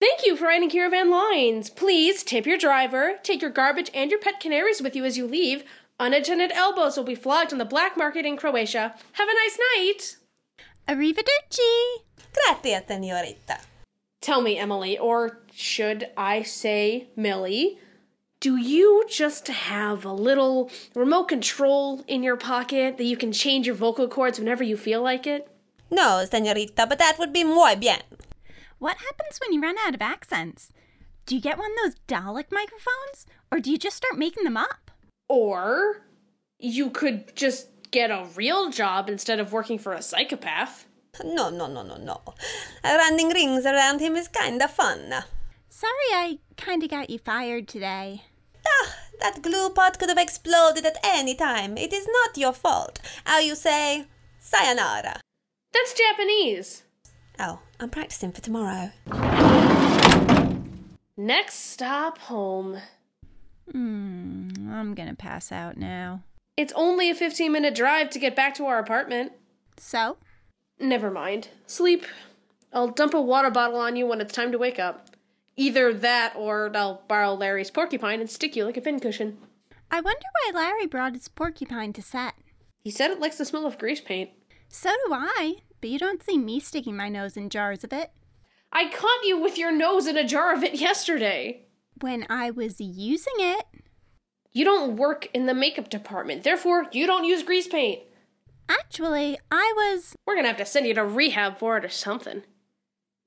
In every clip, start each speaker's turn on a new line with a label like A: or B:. A: Thank you for riding Caravan Lines. Please tip your driver, take your garbage and your pet canaries with you as you leave. Unattended elbows will be flogged on the black market in Croatia. Have a nice night.
B: Arrivederci!
C: Grazie, senorita.
A: Tell me, Emily, or should I say Millie, do you just have a little remote control in your pocket that you can change your vocal cords whenever you feel like it?
C: No, senorita, but that would be muy bien.
B: What happens when you run out of accents? Do you get one of those Dalek microphones? Or do you just start making them up?
A: Or you could just get a real job instead of working for a psychopath.
C: No, no, no, no, no. Running rings around him is kinda fun.
B: Sorry I kinda got you fired today.
C: Ah, that glue pot could have exploded at any time. It is not your fault. How you say, sayonara.
A: That's Japanese.
C: Oh, I'm practicing for tomorrow.
A: Next stop home.
B: Hmm, I'm gonna pass out now.
A: It's only a 15 minute drive to get back to our apartment.
B: So?
A: Never mind. Sleep. I'll dump a water bottle on you when it's time to wake up. Either that or I'll borrow Larry's porcupine and stick you like a pincushion.
B: I wonder why Larry brought his porcupine to set.
A: He said it likes the smell of grease paint.
B: So do I, but you don't see me sticking my nose in jars of it.
A: I caught you with your nose in a jar of it yesterday.
B: When I was using it,
A: You don't work in the makeup department, therefore, you don't use grease paint.
B: actually, I was.
A: We're gonna have to send you to rehab for it or something.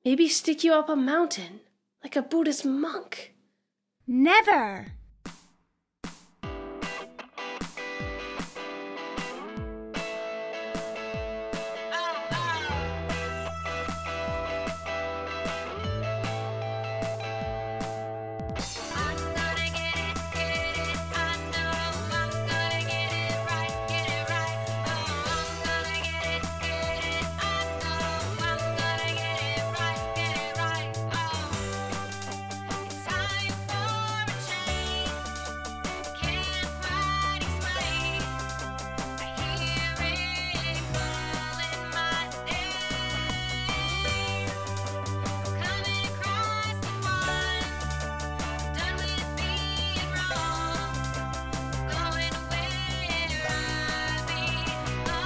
A: Maybe stick you up a mountain, like a Buddhist monk.
B: Never!
D: I'm gonna get it, get it, I know I'm gonna get it right, get it right. Oh, I'm gonna get it, get it, I know I'm gonna get it right, get it right. Oh, it's time for a change. Can't quite explain. I hear it calling my name, coming across the one. Done with being wrong, going where I belong. I'm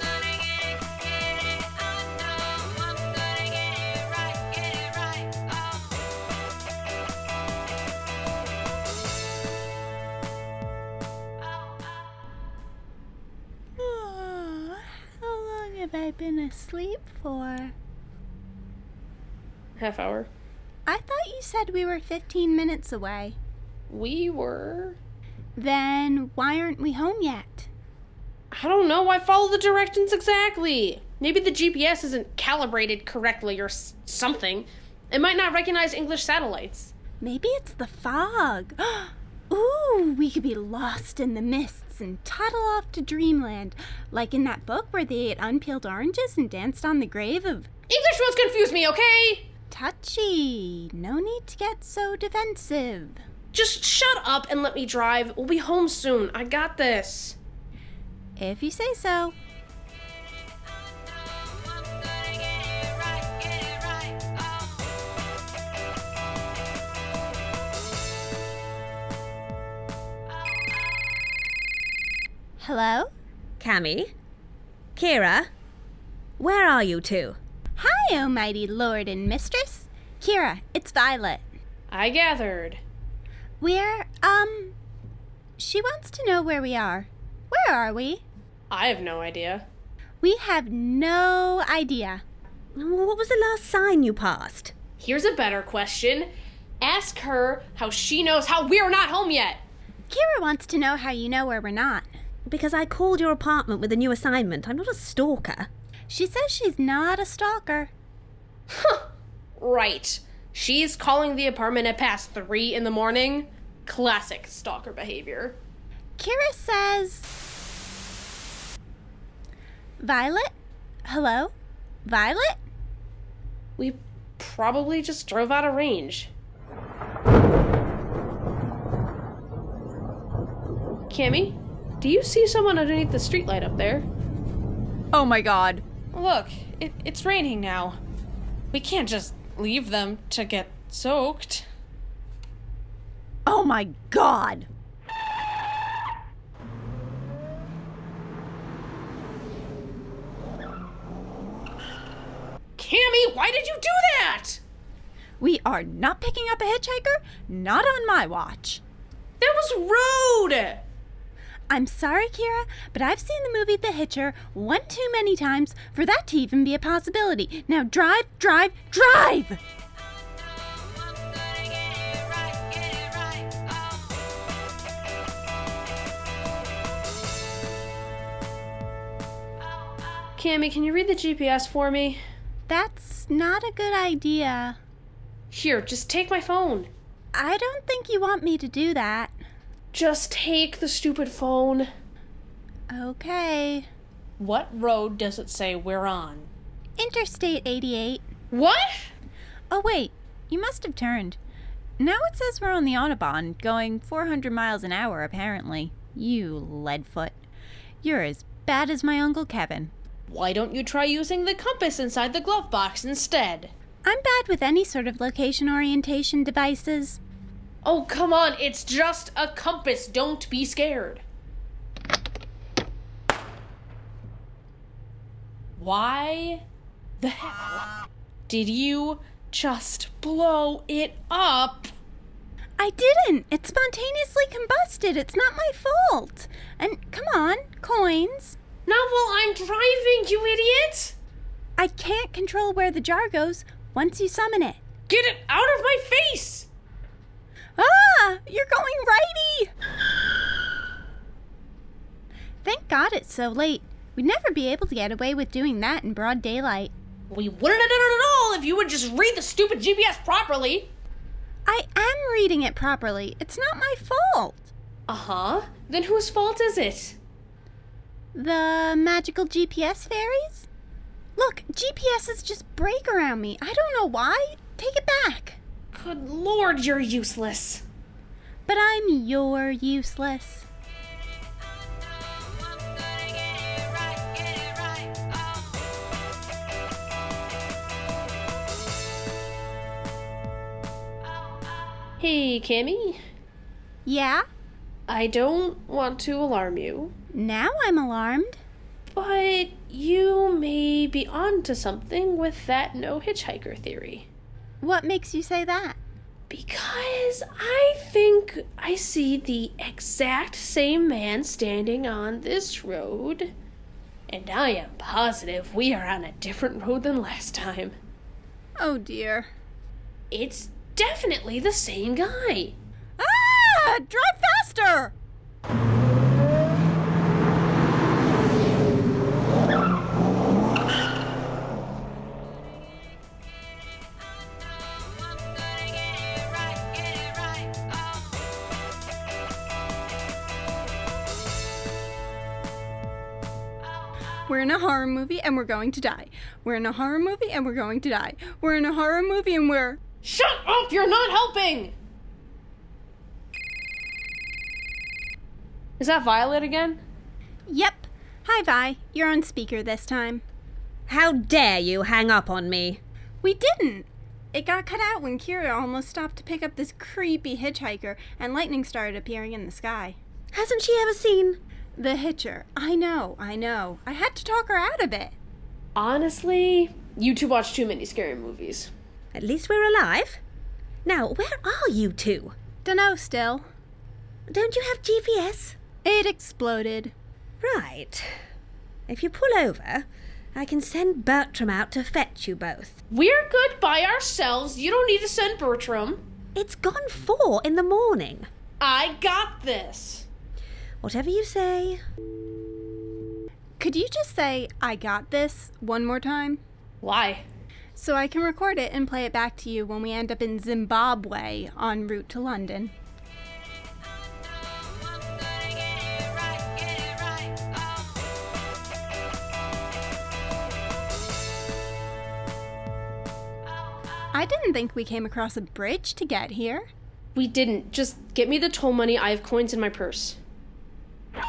D: gonna get it, get it. I know I'm gonna get it right, get it right. Oh, oh.
B: Oh, how long have I been asleep for?
A: Half hour.
B: I thought you said we were 15 minutes away.
A: We were.
B: Then why aren't we home yet?
A: I don't know. I follow the directions exactly. Maybe the GPS isn't calibrated correctly or s- something. It might not recognize English satellites.
B: Maybe it's the fog. Ooh, we could be lost in the mists and toddle off to dreamland, like in that book where they ate unpeeled oranges and danced on the grave of
A: English roads confuse me, okay?
B: Touchy. No need to get so defensive.
A: Just shut up and let me drive. We'll be home soon. I got this.
B: If you say so.
D: I'm gonna get it right, get it right. Oh.
B: Hello?
E: Cammy? Kira? Where are you two?
B: Hi, oh mighty lord and mistress. Kira, it's Violet.
A: I gathered.
B: We're, um. She wants to know where we are. Where are we?
A: I have no idea.
B: We have no idea.
E: Mm, What was the last sign you passed?
A: Here's a better question Ask her how she knows how we're not home yet.
B: Kira wants to know how you know where we're not.
E: Because I called your apartment with a new assignment. I'm not a stalker.
B: She says she's not a stalker.
A: Right. She's calling the apartment at past three in the morning. Classic stalker behavior.
B: Kira says. Violet? Hello? Violet?
A: We probably just drove out of range. Cammy, do you see someone underneath the streetlight up there?
F: Oh my god.
A: Look, it, it's raining now. We can't just leave them to get soaked.
B: Oh my god!
A: Cammy, why did you do that?
B: We are not picking up a hitchhiker, not on my watch.
A: That was rude.
B: I'm sorry, Kira, but I've seen the movie The Hitcher one too many times for that to even be a possibility. Now drive, drive, drive!
D: I'm gonna get it right, get it right. Oh.
A: Cammy, can you read the GPS for me?
B: That's not a good idea.
A: Here, just take my phone.
B: I don't think you want me to do that.
A: Just take the stupid phone.
B: Okay.
A: What road does it say we're on?
B: Interstate 88.
A: What?
B: Oh, wait, you must have turned. Now it says we're on the Autobahn, going 400 miles an hour, apparently. You leadfoot. You're as bad as my Uncle Kevin.
A: Why don't you try using the compass inside the glove box instead?
B: I'm bad with any sort of location orientation devices.
A: Oh, come on, it's just a compass. Don't be scared. Why the hell did you just blow it up?
B: I didn't! It spontaneously combusted. It's not my fault. And come on, coins.
A: Not while I'm driving, you idiot!
B: I can't control where the jar goes once you summon it.
A: Get it out of my face!
B: Ah! You're going righty! Thank God it's so late. We'd never be able to get away with doing that in broad daylight.
A: We wouldn't have done it at all if you would just read the stupid GPS properly.
B: I am reading it properly. It's not my fault.
A: Uh huh. Then whose fault is it?
B: The magical GPS fairies? Look, GPS is just break around me. I don't know why. Take it back.
A: Good lord, you're useless.
B: But I'm your useless.
D: I'm gonna get it right, get it right. Oh.
A: Hey, Cammy.
B: Yeah?
A: I don't want to alarm you,
B: Now I'm alarmed.
A: but you may be onto something with that no hitchhiker theory.
B: What makes you say that?
A: Because I think I see the exact same man standing on this road. And I am positive we are on a different road than last time.
B: Oh dear.
A: It's definitely the same guy.
B: Ah! Drive faster!
D: I'm gonna get it right, get it right. Oh.
B: We're in a horror movie and we're going to die. We're in a horror movie and we're going to die. We're in a horror movie and we're.
A: Shut up, you're not helping! Is that Violet again?
B: Yep. Hi, Vi. You're on speaker this time.
E: How dare you hang up on me?
B: We didn't! It got cut out when Kira almost stopped to pick up this creepy hitchhiker and lightning started appearing in the sky.
E: Hasn't she ever seen?
B: The hitcher. I know, I know. I had to talk her out of it.
A: Honestly, you two watch too many scary movies.
E: At least we're alive. Now, where are you two?
B: Dunno still.
E: Don't you have GPS?
B: It exploded.
E: Right. If you pull over, I can send Bertram out to fetch you both.
A: We're good by ourselves. You don't need to send Bertram.
E: It's gone four in the morning.
A: I got this.
E: Whatever you say.
B: Could you just say, I got this, one more time?
A: Why?
B: So I can record it and play it back to you when we end up in Zimbabwe en route to London.
D: I'm gonna get it right, get it right. Oh.
B: I didn't think we came across a bridge to get here.
A: We didn't. Just get me the toll money. I have coins in my purse.
B: The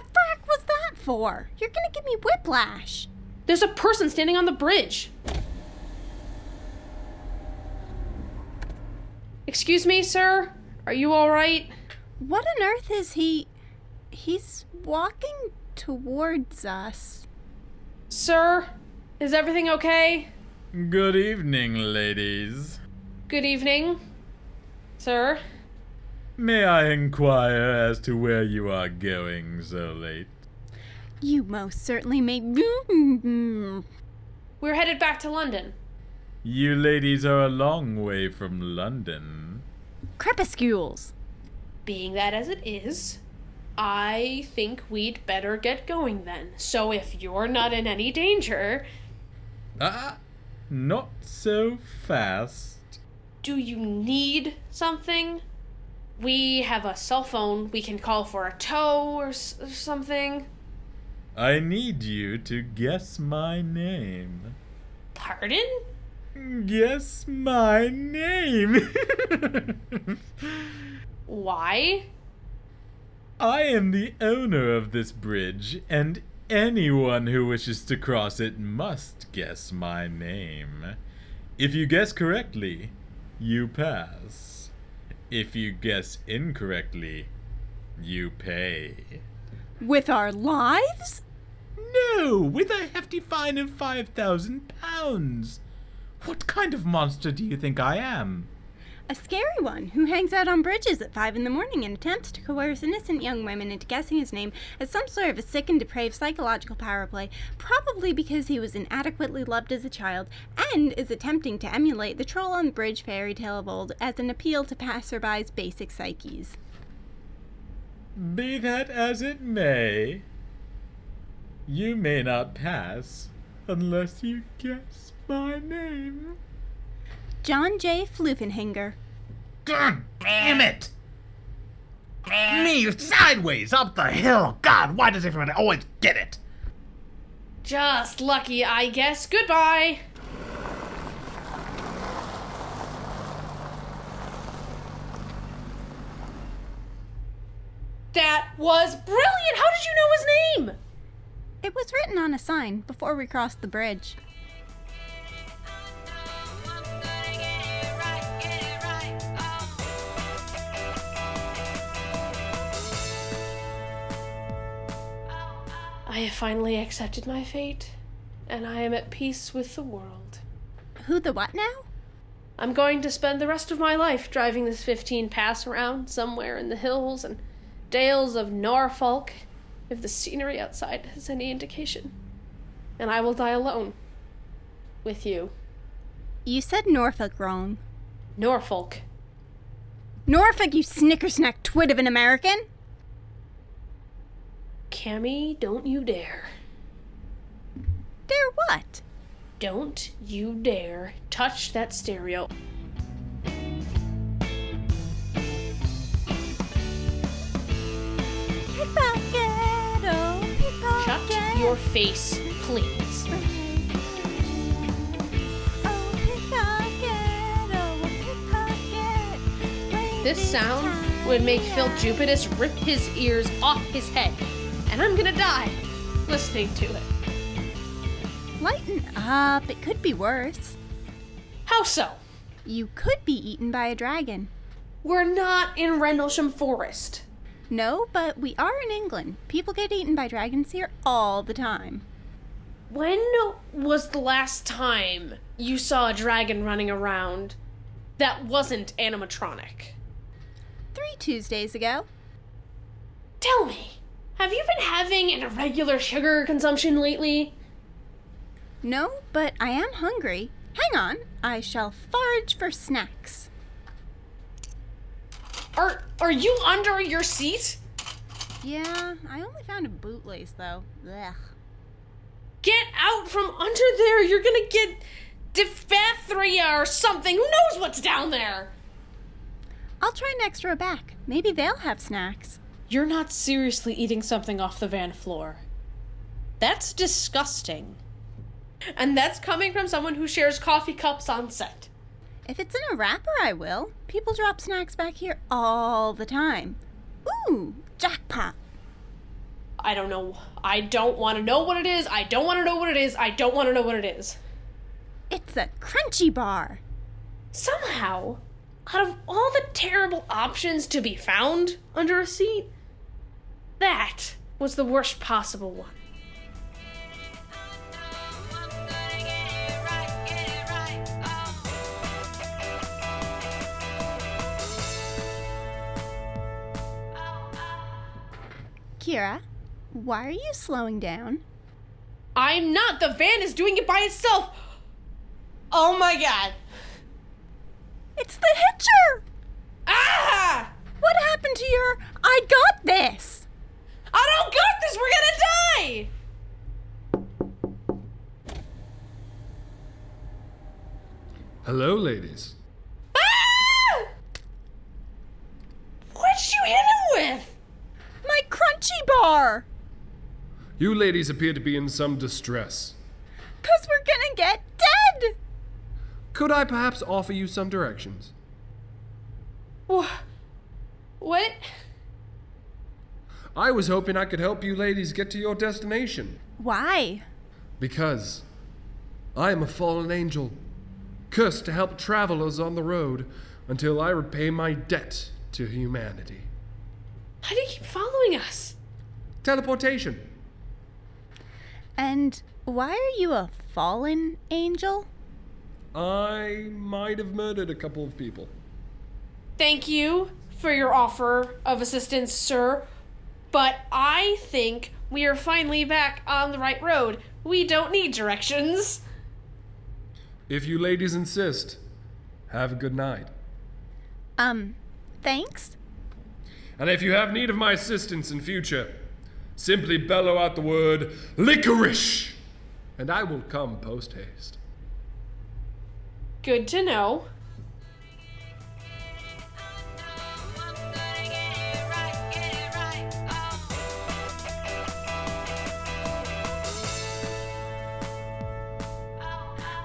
B: frack was that for? You're gonna give me whiplash.
A: There's a person standing on the bridge. Excuse me, sir? Are you alright?
B: What on earth is he? He's walking towards us.
A: Sir? Is everything okay?
F: Good evening, ladies.
A: Good evening, sir.
F: May I inquire as to where you are going so late?
B: You most certainly made.
A: We're headed back to London.
F: You ladies are a long way from London.
B: Crepuscules.
A: Being that as it is, I think we'd better get going then. So if you're not in any danger,
F: Ah, not so fast.
A: do you need something? We have a cell phone. We can call for a tow or, s- or something.
F: I need you to guess my name.
A: Pardon?
F: Guess my name.
A: Why?
F: I am the owner of this bridge, and anyone who wishes to cross it must guess my name. If you guess correctly, you pass. If you guess incorrectly, you pay.
B: With our lives?
F: No, with a hefty fine of five thousand pounds. What kind of monster do you think I am?
B: A scary one who hangs out on bridges at five in the morning and attempts to coerce innocent young women into guessing his name as some sort of a sick and depraved psychological power play, probably because he was inadequately loved as a child, and is attempting to emulate the troll on the bridge fairy tale of old as an appeal to passerby's basic psyches.
F: Be that as it may, you may not pass unless you guess my name.
B: John J. Flufenhanger.
G: God damn it! Me sideways up the hill. God, why does everyone always get it?
A: Just lucky, I guess. Goodbye. That was brilliant! How did you know his name?
B: It was written on a sign before we crossed the bridge.
D: oh.
A: I have finally accepted my fate, and I am at peace with the world.
B: Who the what now?
A: I'm going to spend the rest of my life driving this 15 pass around somewhere in the hills and dales of Norfolk, if the scenery outside has any indication. And I will die alone. With you.
B: You said Norfolk wrong.
A: Norfolk.
B: Norfolk, you snickersnack twit of an American!
A: Cammy, don't you dare.
B: Dare what?
A: Don't you dare touch that stereo. Shut your face, please. This sound would make Phil Jupitus rip his ears off his head, and I'm gonna die listening to it.
B: Lighten up, it could be worse.
A: How so?
B: You could be eaten by a dragon.
A: We're not in Rendlesham Forest.
B: No, but we are in England. People get eaten by dragons here all the time.
A: When was the last time you saw a dragon running around that wasn't animatronic?
B: Three Tuesdays ago,
A: Tell me, have you been having an irregular sugar consumption lately?
B: No, but I am hungry. Hang on, I shall forage for snacks.
A: Are are you under your seat?
B: Yeah, I only found a bootlace though. Blech.
A: Get out from under there. You're gonna get diphtheria or something. Who knows what's down there?
B: I'll try next row back. Maybe they'll have snacks.
A: You're not seriously eating something off the van floor. That's disgusting. And that's coming from someone who shares coffee cups on set.
B: If it's in a wrapper, I will. People drop snacks back here all the time. Ooh, jackpot.
A: I don't know. I don't want to know what it is. I don't want to know what it is. I don't want to know what it is.
B: It's a crunchy bar.
A: Somehow, out of all the terrible options to be found under a seat, that was the worst possible one.
B: Kira, why are you slowing down?
A: I'm not. The van is doing it by itself. Oh my god.
B: It's the hitcher!
A: Ah!
B: What happened to your I got this?
A: I don't got this. We're gonna die.
H: Hello, ladies.
A: Ah! What'd you hit him with?
B: My crunchy bar!
H: You ladies appear to be in some distress.
B: Cause we're gonna get dead!
H: Could I perhaps offer you some directions?
A: Wha- What?
H: I was hoping I could help you ladies get to your destination.
B: Why?
H: Because I am a fallen angel, cursed to help travelers on the road until I repay my debt to humanity.
A: Why do you keep following us?
H: Teleportation.
B: And why are you a fallen angel?
H: I might have murdered a couple of people.
A: Thank you for your offer of assistance, sir. But I think we are finally back on the right road. We don't need directions.
H: If you ladies insist, have a good night.
B: Um, thanks?
H: And if you have need of my assistance in future, simply bellow out the word licorice, and I will come post haste.
A: Good to know.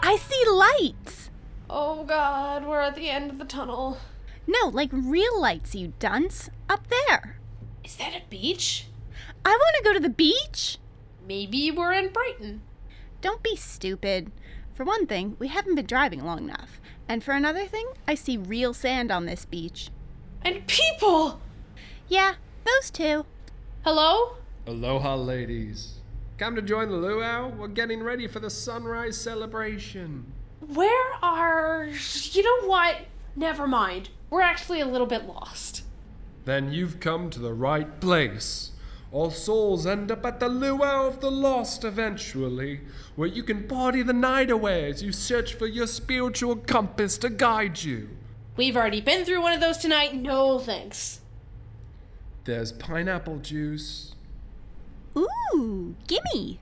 B: I see lights!
A: Oh god, we're at the end of the tunnel.
B: No, like real lights, you dunce. Up there.
A: Is that a beach?
B: I wanna go to the beach!
A: Maybe we're in Brighton.
B: Don't be stupid. For one thing, we haven't been driving long enough. And for another thing, I see real sand on this beach.
A: And people!
B: Yeah, those two.
A: Hello?
H: Aloha, ladies. Come to join the luau. We're getting ready for the sunrise celebration.
A: Where are. You know what? Never mind. We're actually a little bit lost.
H: Then you've come to the right place. All souls end up at the luau of the lost eventually, where you can party the night away as you search for your spiritual compass to guide you.
A: We've already been through one of those tonight. No thanks.
H: There's pineapple juice,
B: Ooh, gimme!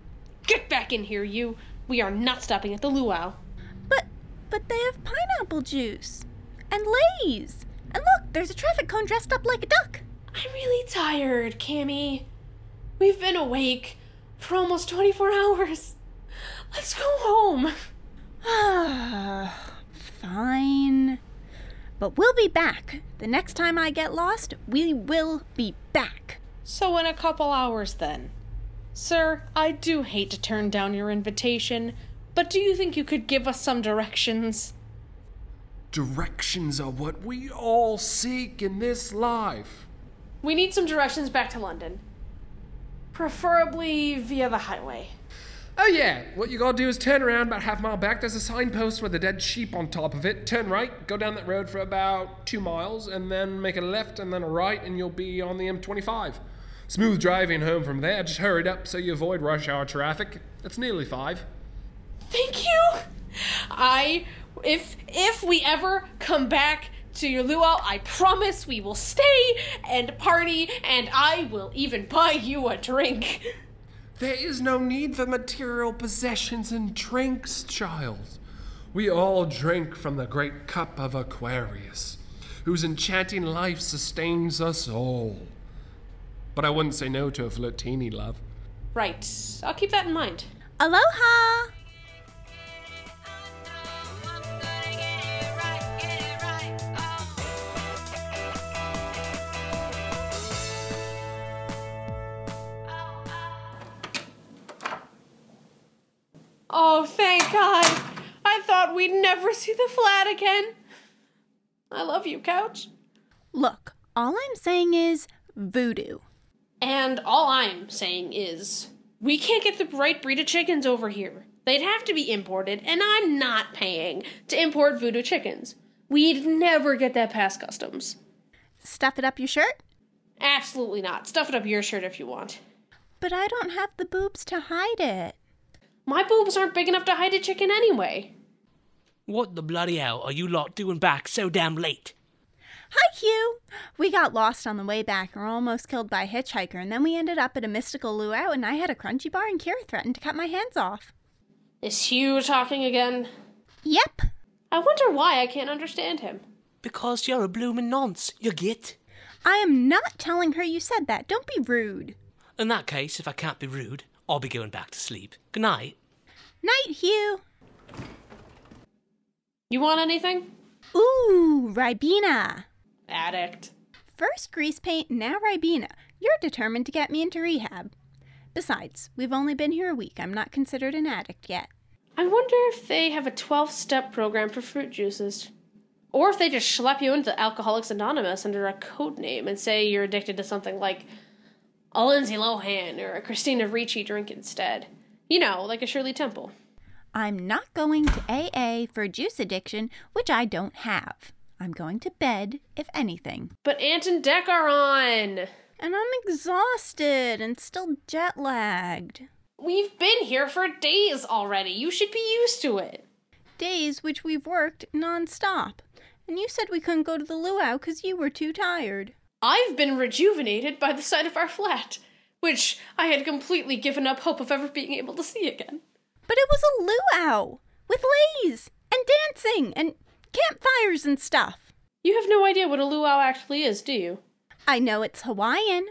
A: Get back in here, you. We are not stopping at the luau.
B: But but they have pineapple juice and Lay's. And look, there's a traffic cone dressed up like a duck.
A: I'm really tired, Cammy. We've been awake for almost 24 hours. Let's go home.
B: Fine. But we'll be back. The next time I get lost, we will be back.
A: So, in a couple hours, then. Sir, I do hate to turn down your invitation, but do you think you could give us some directions?
H: Directions are what we all seek in this life.
A: We need some directions back to London. Preferably via the highway.
H: Oh yeah, what you gotta do is turn around about half mile back. There's a signpost with a dead sheep on top of it. Turn right, go down that road for about two miles, and then make a left and then a right, and you'll be on the M25. Smooth driving home from there. Just hurried up so you avoid rush hour traffic. It's nearly five.
A: Thank you. I if if we ever come back to your luau, I promise we will stay and party and I will even buy you a drink.
H: There is no need for material possessions and drinks, child. We all drink from the great cup of Aquarius, whose enchanting life sustains us all. But I wouldn't say no to a flirtini, love.
A: Right. I'll keep that in mind.
B: Aloha!
A: Oh, thank God. I thought we'd never see the flat again. I love you, couch.
B: Look, all I'm saying is voodoo.
A: And all I'm saying is, we can't get the right breed of chickens over here. They'd have to be imported, and I'm not paying to import voodoo chickens. We'd never get that past customs.
B: Stuff it up your shirt?
A: Absolutely not. Stuff it up your shirt if you want.
B: But I don't have the boobs to hide it.
A: My boobs aren't big enough to hide a chicken anyway.
I: What the bloody hell are you lot doing back so damn late?
B: Hi, Hugh! We got lost on the way back and were almost killed by a hitchhiker, and then we ended up at a mystical luau, and I had a crunchy bar, and Kira threatened to cut my hands off.
A: Is Hugh talking again?
B: Yep.
A: I wonder why I can't understand him.
I: Because you're a bloomin' nonce, you git.
B: I am not telling her you said that. Don't be rude.
I: In that case, if I can't be rude, I'll be going back to sleep. Good night.
B: Night, Hugh!
A: You want anything?
B: Ooh, Ribena!
A: Addict.
B: First grease paint, now Ribena. You're determined to get me into rehab. Besides, we've only been here a week. I'm not considered an addict yet.
A: I wonder if they have a 12 step program for fruit juices. Or if they just schlep you into Alcoholics Anonymous under a code name and say you're addicted to something like a Lindsay Lohan or a Christina Ricci drink instead. You know, like a Shirley Temple.
B: I'm not going to AA for juice addiction, which I don't have. I'm going to bed, if anything.
A: But Ant and Deck are on!
B: And I'm exhausted and still jet lagged.
A: We've been here for days already. You should be used to it.
B: Days which we've worked nonstop. And you said we couldn't go to the luau because you were too tired.
A: I've been rejuvenated by the sight of our flat, which I had completely given up hope of ever being able to see again.
B: But it was a luau with lays and dancing and campfires and stuff.
A: You have no idea what a luau actually is, do you?
B: I know it's Hawaiian.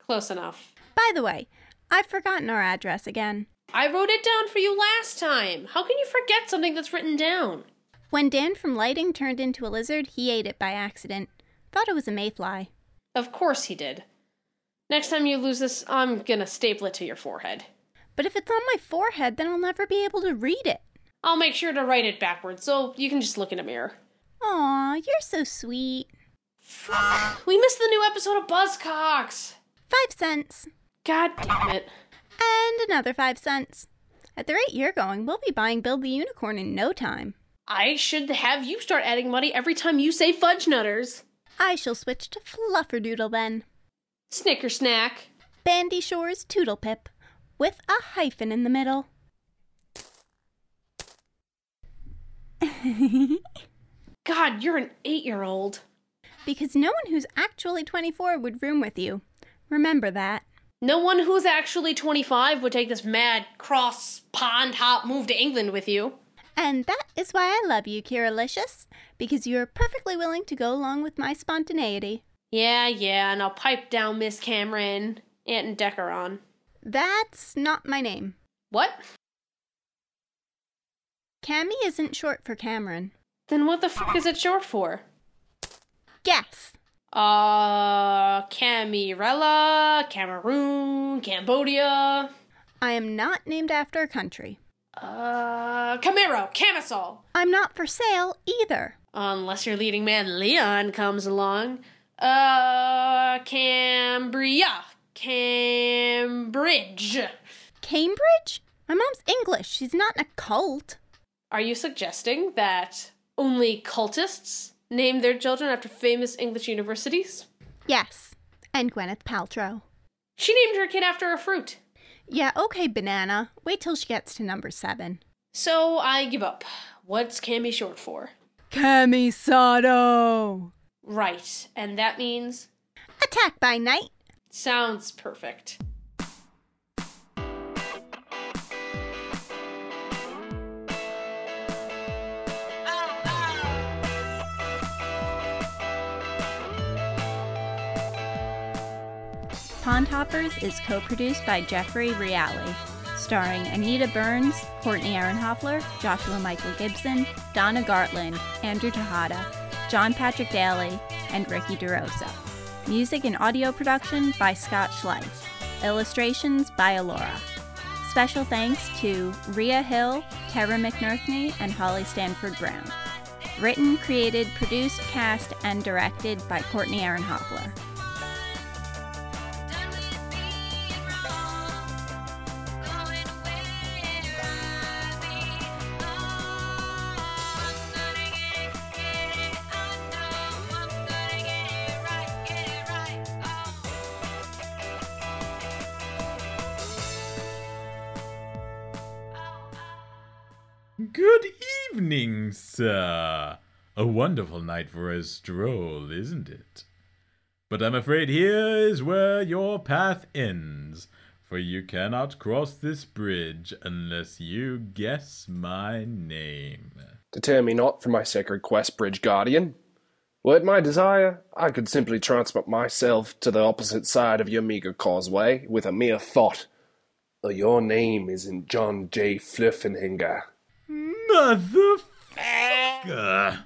A: Close enough.
B: By the way, I've forgotten our address again.
A: I wrote it down for you last time. How can you forget something that's written down?
B: When Dan from lighting turned into a lizard, he ate it by accident. Thought it was a mayfly.
A: Of course he did. Next time you lose this, I'm gonna staple it to your forehead.
B: But if it's on my forehead, then I'll never be able to read it.
A: I'll make sure to write it backwards so you can just look in a mirror.
B: Aw, you're so sweet.
A: We missed the new episode of Buzzcocks!
B: Five cents.
A: God damn it.
B: And another five cents. At the rate you're going, we'll be buying Build the Unicorn in no time.
A: I should have you start adding money every time you say fudge nutters.
B: I shall switch to Flufferdoodle then.
A: Snicker snack.
B: Bandy Shore's Toodle Pip, with a hyphen in the middle.
A: God, you're an eight year old.
B: Because no one who's actually 24 would room with you. Remember that.
A: No one who's actually 25 would take this mad cross pond hop move to England with you.
B: And that is why I love you, Kiralicious, because you are perfectly willing to go along with my spontaneity.
A: Yeah, yeah, and I'll pipe down Miss Cameron, Aunt and Decker on.
B: That's not my name.
A: What?
B: Cammy isn't short for Cameron.
A: Then what the fuck is it short for?
B: Guess.
A: Uh, Camirella, Cameroon, Cambodia.
B: I am not named after a country.
A: Uh, Camaro, Camisole.
B: I'm not for sale either.
A: Unless your leading man Leon comes along. Uh, Cambria, Cambridge.
B: Cambridge? My mom's English. She's not in a cult.
A: Are you suggesting that only cultists name their children after famous English universities?
B: Yes. And Gwyneth Paltrow.
A: She named her kid after a fruit.
B: Yeah, okay, banana. Wait till she gets to number seven.
A: So I give up. What's Cammy short for?
B: Camisado!
A: Right, and that means
B: Attack by night.
A: sounds perfect.
B: Pond Hoppers is co produced by Jeffrey Reale, starring Anita Burns, Courtney Ehrenhoffler, Joshua Michael Gibson, Donna Gartland, Andrew Tejada, John Patrick Daly, and Ricky DeRosa. Music and audio production by Scott Schleif. Illustrations by Alora. Special thanks to Rhea Hill, Tara McNerney, and Holly Stanford Brown. Written, created, produced, cast, and directed by Courtney Aaron Hopler.
D: Done with being wrong, going where I belong. I'm gonna get it, get it. I know I'm gonna get it right, get it right. Oh.
F: Good evening, sir. A wonderful night for a stroll, isn't it? But I'm afraid here is where your path ends, for you cannot cross this bridge unless you guess my name.
J: Deter me not from my sacred quest, Bridge Guardian. Were it my desire, I could simply transport myself to the opposite side of your meager causeway with a mere thought. Oh, your name isn't John J. Fliffenhinger.
F: Motherfucker!